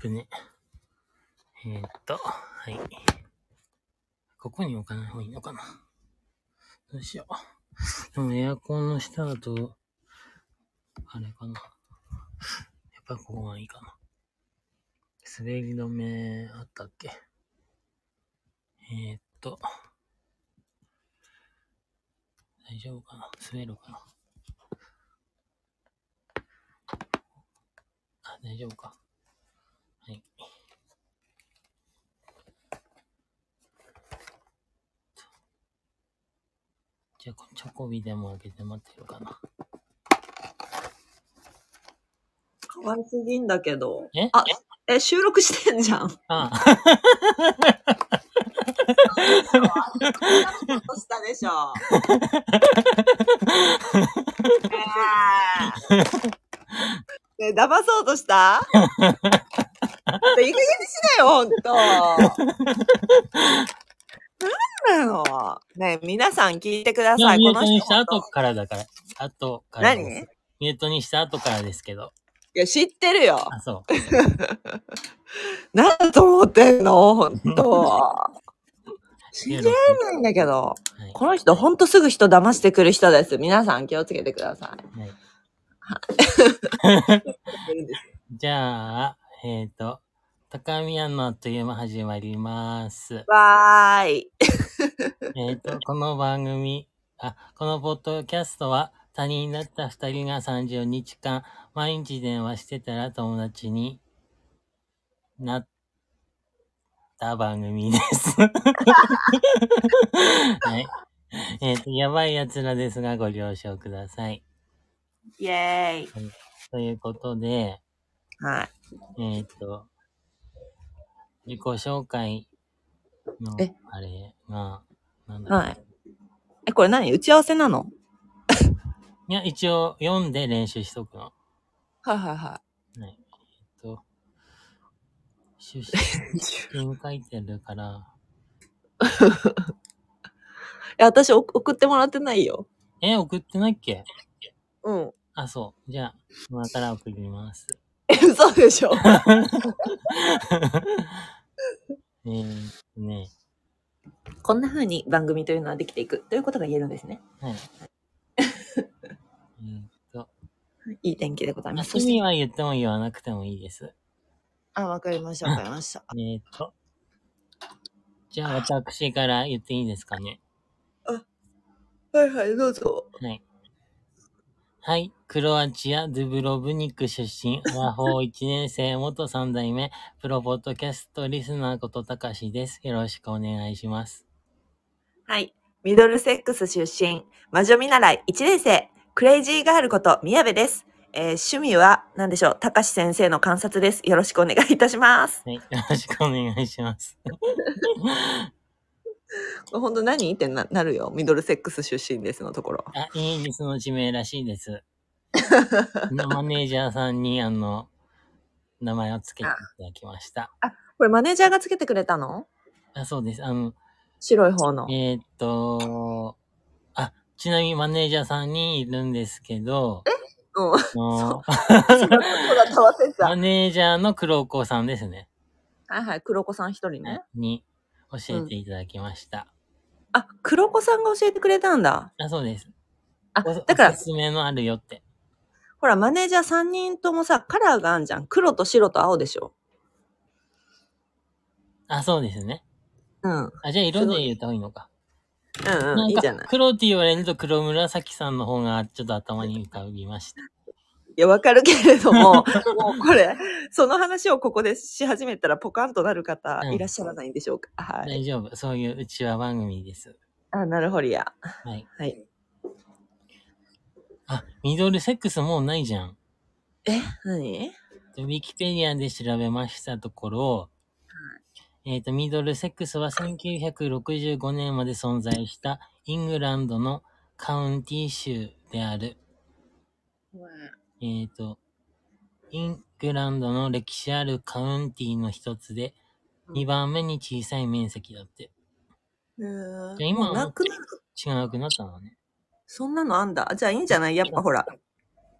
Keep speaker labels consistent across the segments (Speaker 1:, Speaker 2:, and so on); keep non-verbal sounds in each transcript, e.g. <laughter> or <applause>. Speaker 1: くね。えーっと、はい。ここに置かない方がいいのかな。どうしよう。でもエアコンの下だと、あれかな。やっぱここがいいかな。滑り止めあったっけえーっと、大丈夫かな滑るかなあ、大丈夫か。はい。じゃあ、チョコビでも開けて待ってるかな。
Speaker 2: 可愛すぎんだけど。
Speaker 1: え
Speaker 2: あ、え、収録してんじゃん。 <laughs>
Speaker 1: ああ、
Speaker 2: どうしたで <laughs> しょう。ねえ騙そうと <laughs> したいい加減にしなよ、ほんと。なんなのねえ、皆さん聞いてくだ
Speaker 1: いや
Speaker 2: さい。
Speaker 1: ミュ
Speaker 2: こ
Speaker 1: ート
Speaker 2: の
Speaker 1: にし
Speaker 2: 人
Speaker 1: た
Speaker 2: 本
Speaker 1: 後
Speaker 2: 当。
Speaker 1: からだから。後から
Speaker 2: 何
Speaker 1: です。
Speaker 2: い
Speaker 1: ミュートにした後からですけど。
Speaker 2: や、知ってるよ。
Speaker 1: あ、そう。
Speaker 2: なんだと思ってんのほんと。知ら
Speaker 1: は
Speaker 2: <laughs> ないんだけど。
Speaker 1: い。
Speaker 2: この人ほんとすぐ人騙してくる人です。皆さん気をつけてください。
Speaker 1: はい
Speaker 2: いるんです
Speaker 1: じゃあ、えっ、と、高宮のあっという間始まります。
Speaker 2: わーい。
Speaker 1: えっと、この番組、あ、このポッドキャストは、他人だった二人が30日間、毎日電話してたら友達になった番組です。 <laughs> はい。えっ、と、やばい奴らですが、ご了承ください。
Speaker 2: イェーイ。
Speaker 1: ということで、
Speaker 2: はい。
Speaker 1: えっ、と、自己紹介の
Speaker 2: え、
Speaker 1: あれが、なんだろう
Speaker 2: はい。え、これ何打ち合わせなの
Speaker 1: いや、一応読んで練習しとくの。
Speaker 2: はいはいは
Speaker 1: はい。えっと、出身書いてるから。
Speaker 2: い。え、私お送ってもらってないよ。
Speaker 1: え、送ってないっけ
Speaker 2: うん。
Speaker 1: あ、そう。じゃあ、今から送ります。
Speaker 2: え、嘘でしょ <laughs>
Speaker 1: えーっとね、
Speaker 2: こんな風に番組というのはできていくということが言えるんですね。
Speaker 1: はい。えーっと、
Speaker 2: いい天気でございます。そ
Speaker 1: 意
Speaker 2: して
Speaker 1: 味、は言っても言わなくてもいいです。
Speaker 2: あ、わかりました、わかりました。
Speaker 1: えーっと、じゃあ私から言っていいですかね。
Speaker 2: はいはい、どうぞ。
Speaker 1: はい。はい。クロアチア、ドゥブロブニク出身、和法1年生、元3代目、プロポッドキャストリスナーことたかしです。よろしくお願いします。
Speaker 2: はい。ミドルセックス出身、魔女見習い1年生、クレイジーガールこと宮部です。えー趣味は何でしょう高し先生の観察です。よろしくお願いいたします。
Speaker 1: はい。よろしくお願いします。
Speaker 2: ほんと何ってななるよ。ミドルセックス出身ですのところ。
Speaker 1: あ、イギリスの地名らしい
Speaker 2: <laughs>
Speaker 1: です。マネージャーさんに、あの、名前をつけていただきました。
Speaker 2: これマネージャーがつけてくれたの
Speaker 1: あ、そうです。あの、
Speaker 2: 白い方の。
Speaker 1: えーっと、あ、ちなみにマネージャーさんにいるんですけど、
Speaker 2: うん。
Speaker 1: あの
Speaker 2: そうだったわ
Speaker 1: <laughs>
Speaker 2: せ
Speaker 1: マ
Speaker 2: た。
Speaker 1: ネージャーの黒子さんですね。
Speaker 2: はいはい、黒子さん一人ね。
Speaker 1: に教えていただきました。
Speaker 2: あ、黒子さんが教えてくれたんだ。
Speaker 1: あ、そうです。
Speaker 2: あ、
Speaker 1: お
Speaker 2: だか
Speaker 1: お
Speaker 2: ら
Speaker 1: す、すめのあるよって。
Speaker 2: ほら、マネージャー3人ともさ、カラーがあんじゃん。黒と白と青でしょ。
Speaker 1: あ、そうですね。
Speaker 2: うん。うん
Speaker 1: あ、じゃあ色で言った方がいいのか。
Speaker 2: うん、いいじ
Speaker 1: な
Speaker 2: ゃ
Speaker 1: ん
Speaker 2: な
Speaker 1: か
Speaker 2: い。
Speaker 1: 黒って言われると黒紫さんの方がちょっと頭に浮かびました。
Speaker 2: いや、わかるけれ
Speaker 1: <laughs>
Speaker 2: ども、もうこれ、その話をここでし始めたらポカンとなる方
Speaker 1: うん
Speaker 2: いらっしゃらないんでしょうか。はい。
Speaker 1: 大丈夫。そういううちは番組です。
Speaker 2: あ、なるほどや。
Speaker 1: はい。
Speaker 2: はい。
Speaker 1: あ、ミドルセックスもうないじゃん。
Speaker 2: え、何
Speaker 1: ウィキペディアで調べましたところ、えっ、と、ミドルセックスは1965年まで存在したイングランドのカウンティ州である。えっ、と、イングランドの歴史あるカウンティの一つで、
Speaker 2: うん
Speaker 1: 2番目に小さい面積だって。
Speaker 2: うん
Speaker 1: じゃあ今
Speaker 2: もうなくなる
Speaker 1: 違うくなったのね。
Speaker 2: そんなのあんだ。じゃあいいんじゃないやっぱほら、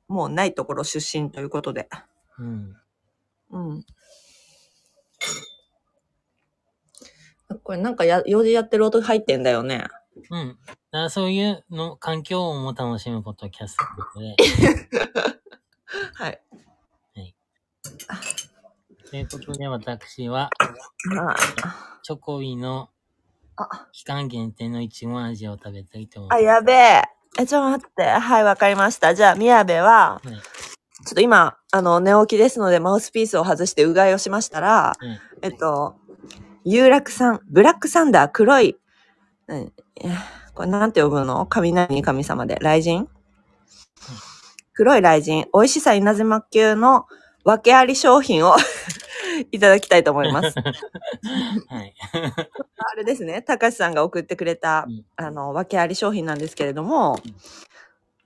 Speaker 2: もうないところ出身ということで。
Speaker 1: うん。
Speaker 2: うん。これなんかや、用事やってる音入ってんだよね。
Speaker 1: うん。あそういうの、環境音も楽しむことをキャストってことで、
Speaker 2: はい。
Speaker 1: ということで私は、
Speaker 2: あ
Speaker 1: チョコビの
Speaker 2: あ
Speaker 1: 期間限定のいちご味を食べたいと思います。
Speaker 2: あ、やべえ。え、ちょっと待って。はい、わかりました。じゃあ、宮部は、
Speaker 1: はい
Speaker 2: ちょっと今、あの、寝起きですので、マウスピースを外してうがいをしましたら、
Speaker 1: うん
Speaker 2: えっと、有楽さん、ブラックサンダー、黒い、うんえーこれなんて呼ぶの雷に神様で、雷神黒い雷神、美味しさ稲妻級の訳あり商品を <laughs> いただきたいと思
Speaker 1: <laughs>
Speaker 2: います。
Speaker 1: はい。
Speaker 2: あれですね、たかしさんが送ってくれた、
Speaker 1: うん
Speaker 2: あの、訳あり商品なんですけれども、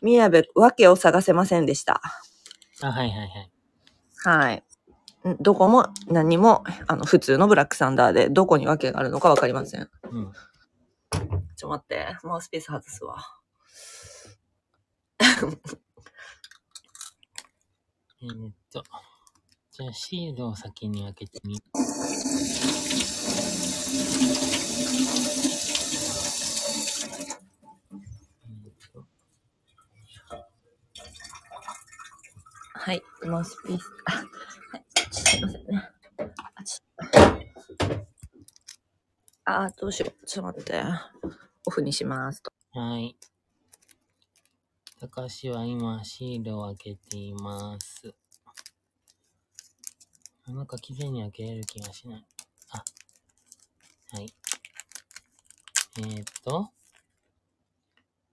Speaker 2: 宮部、訳を探せませんでした。
Speaker 1: あ、はいはいはい。
Speaker 2: はい。んどこも何も、あの、普通のブラックサンダーで、どこに訳があるのかわかりません。
Speaker 1: うん。
Speaker 2: ちょ、待って。もうスペース外すわ。
Speaker 1: えーっと、じゃあシールを先に開けてみ。
Speaker 2: はい。もうスペース。あ、はい。すいませんね。あ、ちょあー、どうしよう。ちょっと待って。オフにしますと。
Speaker 1: はい。高橋は今シールを開けています。あなんか綺麗に開けれる気がしない。あ。はい。えー、っと。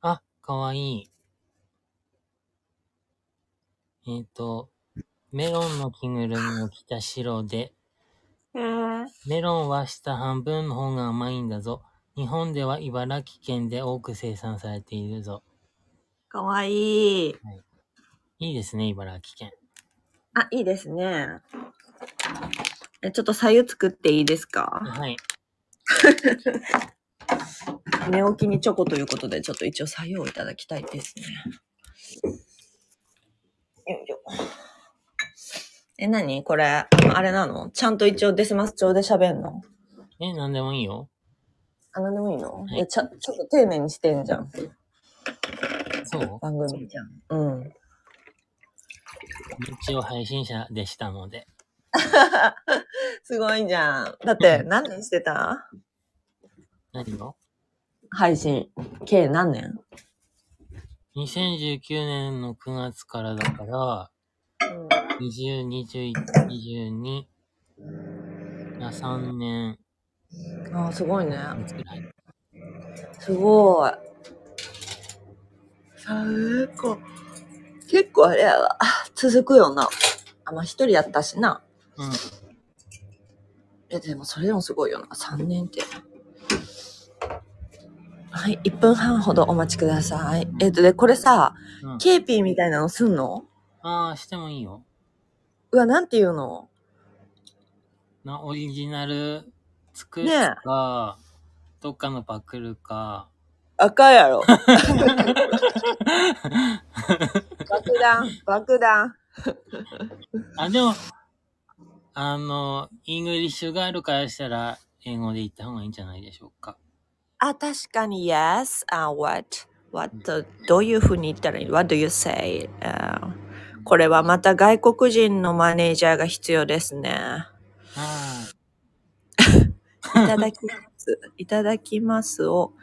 Speaker 1: あ、かわいい。えー、っと、メロンの着ぐるみを着た白で、
Speaker 2: へー。
Speaker 1: メロンは下半分の方が甘いんだぞ。日本では茨城県で多く生産されているぞ。
Speaker 2: かわいい。
Speaker 1: いいですね、茨城県。
Speaker 2: あ、いいですね。え、ちょっと左右作っていいですか
Speaker 1: はい。
Speaker 2: 寝起きにチョコということで、ちょっと一応左右をいただきたいですね。よいしょ。え、なにこれ、あのあれなのちゃんと一応デスマス調で喋んの
Speaker 1: え、なんでもいいよ。
Speaker 2: あ、なんでもいいの
Speaker 1: はい
Speaker 2: え、ちゃ、ちょっと丁寧にしてんじゃん。
Speaker 1: そう
Speaker 2: 番組じゃん。うん。
Speaker 1: 一応配信者でしたので。
Speaker 2: すごいじゃん。だって、何年してた
Speaker 1: 何を
Speaker 2: 配信。計何年
Speaker 1: ?2019 年の9月からだから、
Speaker 2: うん。
Speaker 1: 20、21、22、あ3年
Speaker 2: あー、すごいね。
Speaker 1: くらい。
Speaker 2: すごい。最高。結構あれやわ。続くよな。あ、まあ、一人やったしな。
Speaker 1: うん。
Speaker 2: え、でもそれでもすごいよな。3年って。はい、1分半ほどお待ちください。えっと、で、これさ、
Speaker 1: うん、
Speaker 2: ケーピーみたいなのすんの
Speaker 1: ああ、してもいいよ。
Speaker 2: うわ、なんていうの
Speaker 1: な、オリジナル作る
Speaker 2: ねえ
Speaker 1: か、どっかのパクるか。
Speaker 2: 赤やろ。爆弾、爆弾。
Speaker 1: あ、でも、あの、イングリッシュガールからしたら、英語で言った方がいいんじゃないでしょうか。
Speaker 2: あ、確かに、yes, uh, what, what, どういうふうに言ったらいい ?What do you say?、Uh, これはまた外国人のマネージャーが必要ですね。
Speaker 1: はい
Speaker 2: ただき <laughs> ます。いただきますを、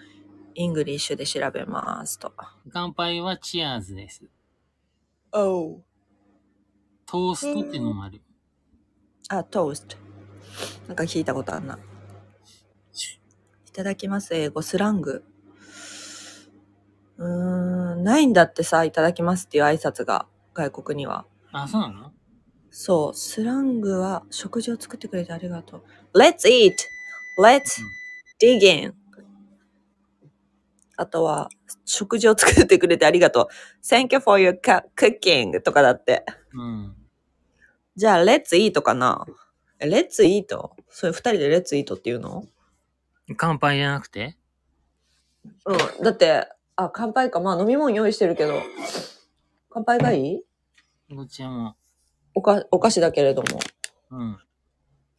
Speaker 2: イングリッシュで調べますと。
Speaker 1: い。乾杯はチアーズです。
Speaker 2: Oh.
Speaker 1: トーストっていうのもある。
Speaker 2: あ、トースト。なんか聞いたことあんな。いただきます、英語、スラング。うーん、ないんだってさ、いただきますっていう挨拶が、外国には。
Speaker 1: あ、そうなの
Speaker 2: そう、スラングは食事を作ってくれてありがとう。Let's eat! Let's dig in! あとは、食事を作ってくれてありがとう。Thank you for your cu- cooking! とかだって。
Speaker 1: うん。
Speaker 2: じゃあ、Let's eat かなえ ?Let's eat? それ二人で Let's eat っていうの
Speaker 1: 乾杯じゃなくて
Speaker 2: うん。だって、あ、乾杯か。まあ飲み物用意してるけど。乾杯がいい
Speaker 1: どっちも。
Speaker 2: おか、お菓子だけれども。
Speaker 1: うん。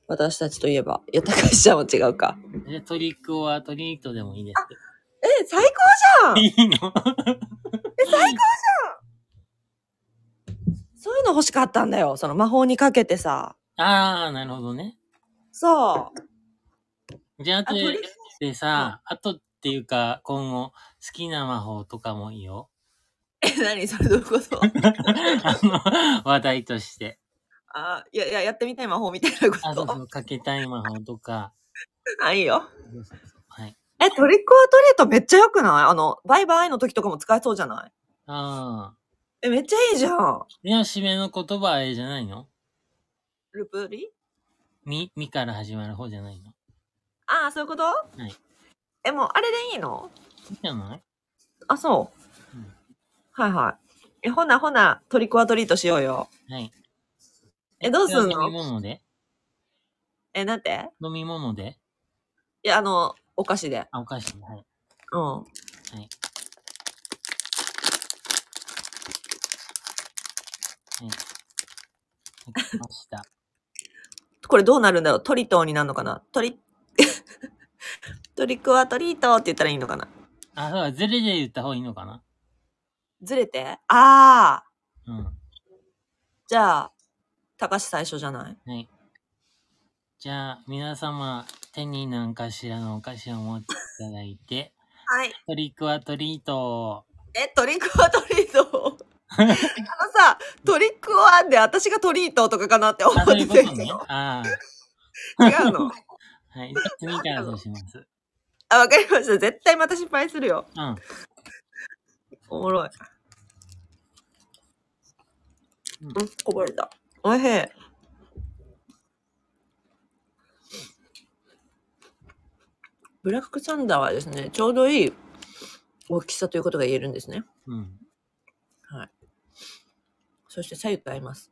Speaker 2: 私たちといえば。いや、高橋ちゃんは違うか。
Speaker 1: えトリックオアトリートでもいいですけど。
Speaker 2: え、最高じゃ
Speaker 1: い
Speaker 2: ん
Speaker 1: いの
Speaker 2: そういうの欲しかったんだよ。その魔法にかけてさ。
Speaker 1: ああ、なるほどね。
Speaker 2: そ
Speaker 1: じゃあ、あと
Speaker 2: あトリック
Speaker 1: でさ、あとっていうか、今後、好きな魔法とかもいい
Speaker 2: <laughs>
Speaker 1: よ。
Speaker 2: う。え、何それどういうこと
Speaker 1: あの、話題として。
Speaker 2: あいやいや、やってみたい魔法みたいなこ
Speaker 1: あ、そうそ
Speaker 2: と。
Speaker 1: う、かけたい魔法とか。
Speaker 2: あ、いいよ。
Speaker 1: そうそうそうはい。
Speaker 2: え、トリックオアトリートめっちゃ良くないあの、バイバイの時とかも使えそうじゃない
Speaker 1: ああ。
Speaker 2: え、めっちゃいいじゃん。
Speaker 1: でも、締めの言葉あれじゃないの
Speaker 2: ルプリ
Speaker 1: み、みから始まる方じゃないの。
Speaker 2: ああ、そういうことはいえ、もうあれでいいの
Speaker 1: いいじゃない
Speaker 2: あ、そう。
Speaker 1: うん
Speaker 2: はいはい。え、ほなほな、トリックオアトリートしようよ。
Speaker 1: はい。
Speaker 2: え、どうすん
Speaker 1: 飲み
Speaker 2: の
Speaker 1: 物で
Speaker 2: え、なんて
Speaker 1: 飲み物で
Speaker 2: いや、あの、お菓子で。
Speaker 1: あ、お菓子で。はい。。
Speaker 2: うん。はい
Speaker 1: わかりました。
Speaker 2: <laughs> これどうなるんだろうトリトーになるのかなトリ、 <laughs> トリックオアトリートって言ったらいいのかな
Speaker 1: あ、そうだ、ズレで言った方がいいのかな
Speaker 2: ずれてああ
Speaker 1: うん。
Speaker 2: じゃあ、高橋最初じゃない
Speaker 1: はい。じゃあ、皆様、手に何かしらのお菓子を持っていただいて、
Speaker 2: <laughs> はい。
Speaker 1: トリックはトリートを。
Speaker 2: え、トリックオアトリート <laughs> あのさ、トリックオアで私がトリートとかかなって思っ
Speaker 1: あ、そうい
Speaker 2: て
Speaker 1: うこと
Speaker 2: たけ <laughs>
Speaker 1: ね
Speaker 2: ど。
Speaker 1: あ
Speaker 2: 違うの
Speaker 1: あ。はい。じゃあ次からそうします。うん。
Speaker 2: あ、わかりました。絶対また失敗するよ。
Speaker 1: あ
Speaker 2: おもろい。
Speaker 1: うん
Speaker 2: うん、こぼれた。おいしい。ブラックサンダーはですね、ちょうどいい大きさということが言えるんですね。
Speaker 1: うん。
Speaker 2: はい。そして左右と合います。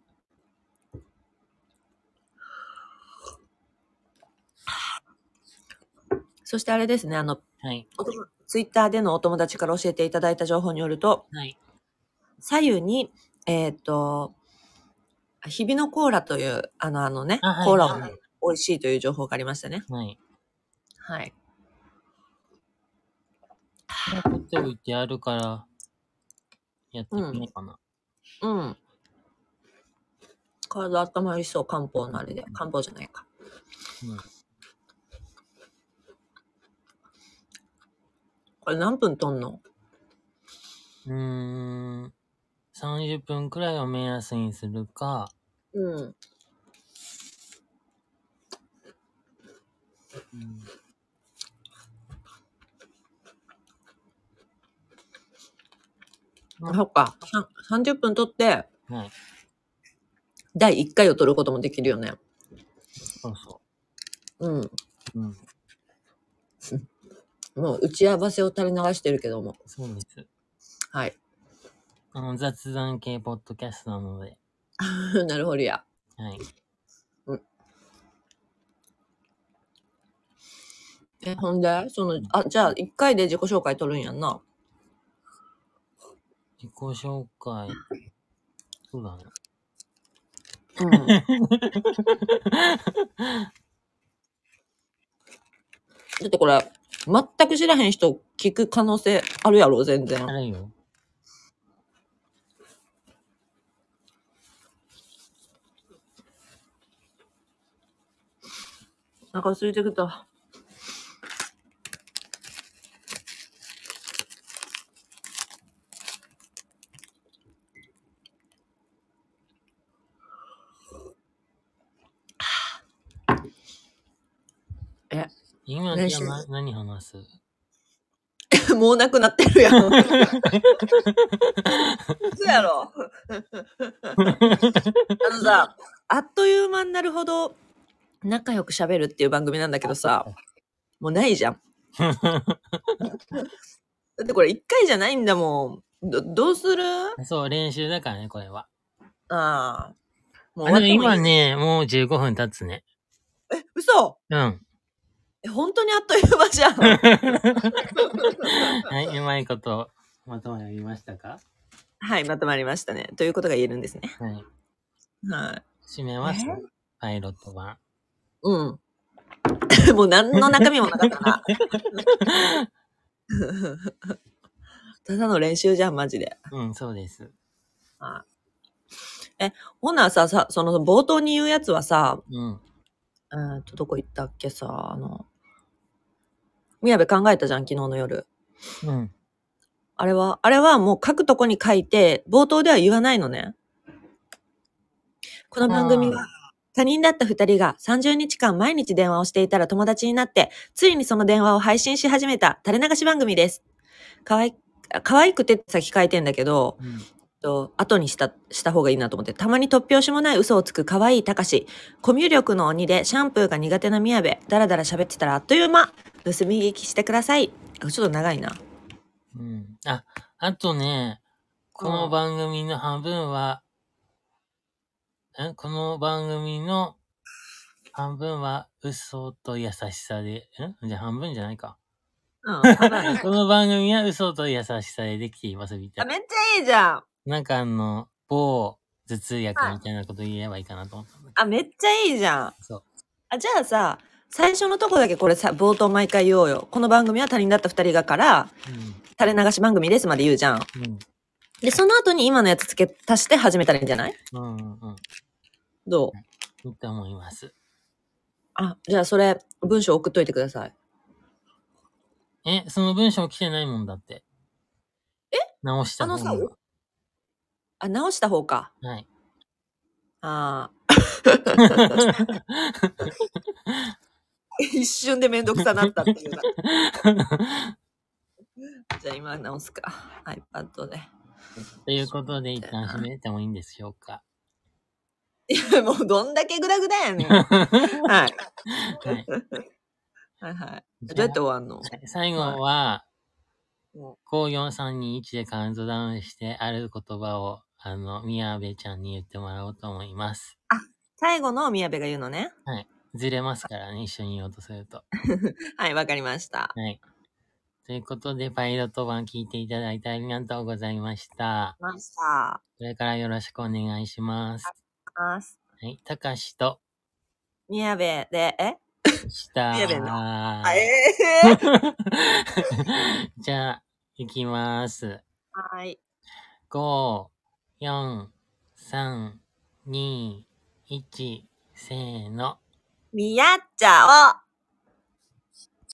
Speaker 2: そしてあれですね、あの、
Speaker 1: はい。
Speaker 2: ツイッターでのお友達から教えていただいた情報によると、
Speaker 1: はい。
Speaker 2: 左右に、えっ、と、日々のコーラという、あの、あのね、
Speaker 1: あはい
Speaker 2: コーラを、
Speaker 1: はい
Speaker 2: ね、美味しいという情報がありましたね。
Speaker 1: はい。
Speaker 2: はい。
Speaker 1: 取っておいてあるから、やってみようかな。
Speaker 2: うん。体温まりそう、漢方のあれで。漢方じゃないか。
Speaker 1: うん。
Speaker 2: これ何分とんの
Speaker 1: うーん。30分くらいを目安にするか、
Speaker 2: うん。
Speaker 1: うん、うん
Speaker 2: そっか。さん30分とって、
Speaker 1: はい。
Speaker 2: 第1回を取ることもできるよね。
Speaker 1: そうそ
Speaker 2: うん。
Speaker 1: う。うん。
Speaker 2: もう打ち合わせを垂れ流してるけども。
Speaker 1: そうです。
Speaker 2: はい。 <laughs>
Speaker 1: あの、雑談系ポッドキャストなので、
Speaker 2: なるほどや。
Speaker 1: はい。
Speaker 2: え、ほんでその、あ、じゃあ1回で自己紹介取るんやんな。
Speaker 1: 自己紹介。そうだね。
Speaker 2: うん。 <laughs> だってこれ、全く知らへん人聞く可能性あるやろ、全然。
Speaker 1: あれよ。
Speaker 2: お腹空いてきた。
Speaker 1: 今
Speaker 2: 練
Speaker 1: じゃ
Speaker 2: 習
Speaker 1: な何話す
Speaker 2: <laughs> もうなくなってるやん。 <laughs> そうやろ。 <laughs> あのさ、あっという間になるほど仲良く喋るっていう番組なんだけどさ、もうない <laughs> じゃん。だってこれ1回じゃないんだもん。どどうする
Speaker 1: そう、練習だからね、これは。
Speaker 2: ああ。も
Speaker 1: あ、でも今
Speaker 2: いい。
Speaker 1: ね、もう15分経つね。
Speaker 2: え、嘘
Speaker 1: うん。
Speaker 2: え、本当にあっという間じゃん。
Speaker 1: はい、うまいこと、まとまりましたか
Speaker 2: はい、まとまりましたね。ということが言えるんですね。
Speaker 1: はい。
Speaker 2: はい。
Speaker 1: 締めます
Speaker 2: え。
Speaker 1: パイロット版。
Speaker 2: うん。 <laughs> もう何の中身もなかったな。 <laughs> ただの練習じゃん、マジで。
Speaker 1: うん、そうです。
Speaker 2: ほなさ、さ、その冒頭に言うやつはさ、
Speaker 1: うん。
Speaker 2: えーっと、どこ行ったっけさ、あの、宮部考えたじゃん、昨日の夜。
Speaker 1: うん。
Speaker 2: あれは、あれはもう書くとこに書いて、冒頭では言わないのね。この番組
Speaker 1: あ
Speaker 2: は、他人だった二人が30日間毎日電話をしていたら友達になって、ついにその電話を配信し始めた垂れ流し番組です。かわい、可愛くてって先書いてんだけど、
Speaker 1: うん。
Speaker 2: と後にした、した方がいいなと思って、たまに突拍子もない嘘をつく可愛いたかし、コミュ力の鬼でシャンプーが苦手な宮部、だらだら喋ってたらあっという間、盗み聞きしてください。あちょっと長いな。
Speaker 1: うん。あ、あとね、この番組の半分は、んこの番組の半分は嘘と優しさで、んじゃあ半分じゃないか。
Speaker 2: うん。 <laughs>
Speaker 1: この番組は嘘と優しさでできていますみた
Speaker 2: あ
Speaker 1: いな。
Speaker 2: めっちゃいいじゃん。
Speaker 1: なんかあの、某頭痛薬みたいなこと言えばいいかなと思ったんだけ
Speaker 2: あ、めっちゃいいじゃん。
Speaker 1: ど。そう。
Speaker 2: あ、じゃあさ、最初のとこだけこれさ、冒頭毎回言おうよ。この番組は他人だった二人がから、垂れ流し番組ですまで言うじゃん。
Speaker 1: うん。
Speaker 2: で、その後に今のやつ付け足して始めたらいいんじゃない
Speaker 1: うん。うん。うん。
Speaker 2: どう
Speaker 1: いいと思います。
Speaker 2: あ、じゃあそれ、文章送っといてください。
Speaker 1: え、その文章来てないもんだって。え直した方が
Speaker 2: あのさあ、直した方か。
Speaker 1: はい。
Speaker 2: ああ。一瞬でめんどくさなったっていうな。じゃあ今直すか。iPad で。
Speaker 1: ということで、一旦閉めてもいいんでしょうか。
Speaker 2: いや、 <laughs> もうどんだけグダグダ
Speaker 1: <laughs>
Speaker 2: やねん。はい。はい
Speaker 1: はい。
Speaker 2: <laughs> はい。どうやって終わんの
Speaker 1: 最後は
Speaker 2: うん、
Speaker 1: 5431でカウントダウンして、ある言葉を、あの、宮部ちゃんに言ってもらおうと思います。
Speaker 2: 最後の宮部が言うのね。
Speaker 1: ずれますからね、一緒に言おうとすると。
Speaker 2: はい、わかりました。
Speaker 1: はい。ということで、パイロット版聞いていただいてありがとうございました。
Speaker 2: ました。
Speaker 1: これからよろしくお願いします。
Speaker 2: ます。
Speaker 1: はい。たかしと、
Speaker 2: 宮部で、え
Speaker 1: した。
Speaker 2: 宮部の
Speaker 1: は
Speaker 2: あえー、
Speaker 1: <laughs>
Speaker 2: <laughs>
Speaker 1: じゃあ、いきます。
Speaker 2: はい。
Speaker 1: 5、4、3、2、1、せーの。
Speaker 2: 見合っちゃおう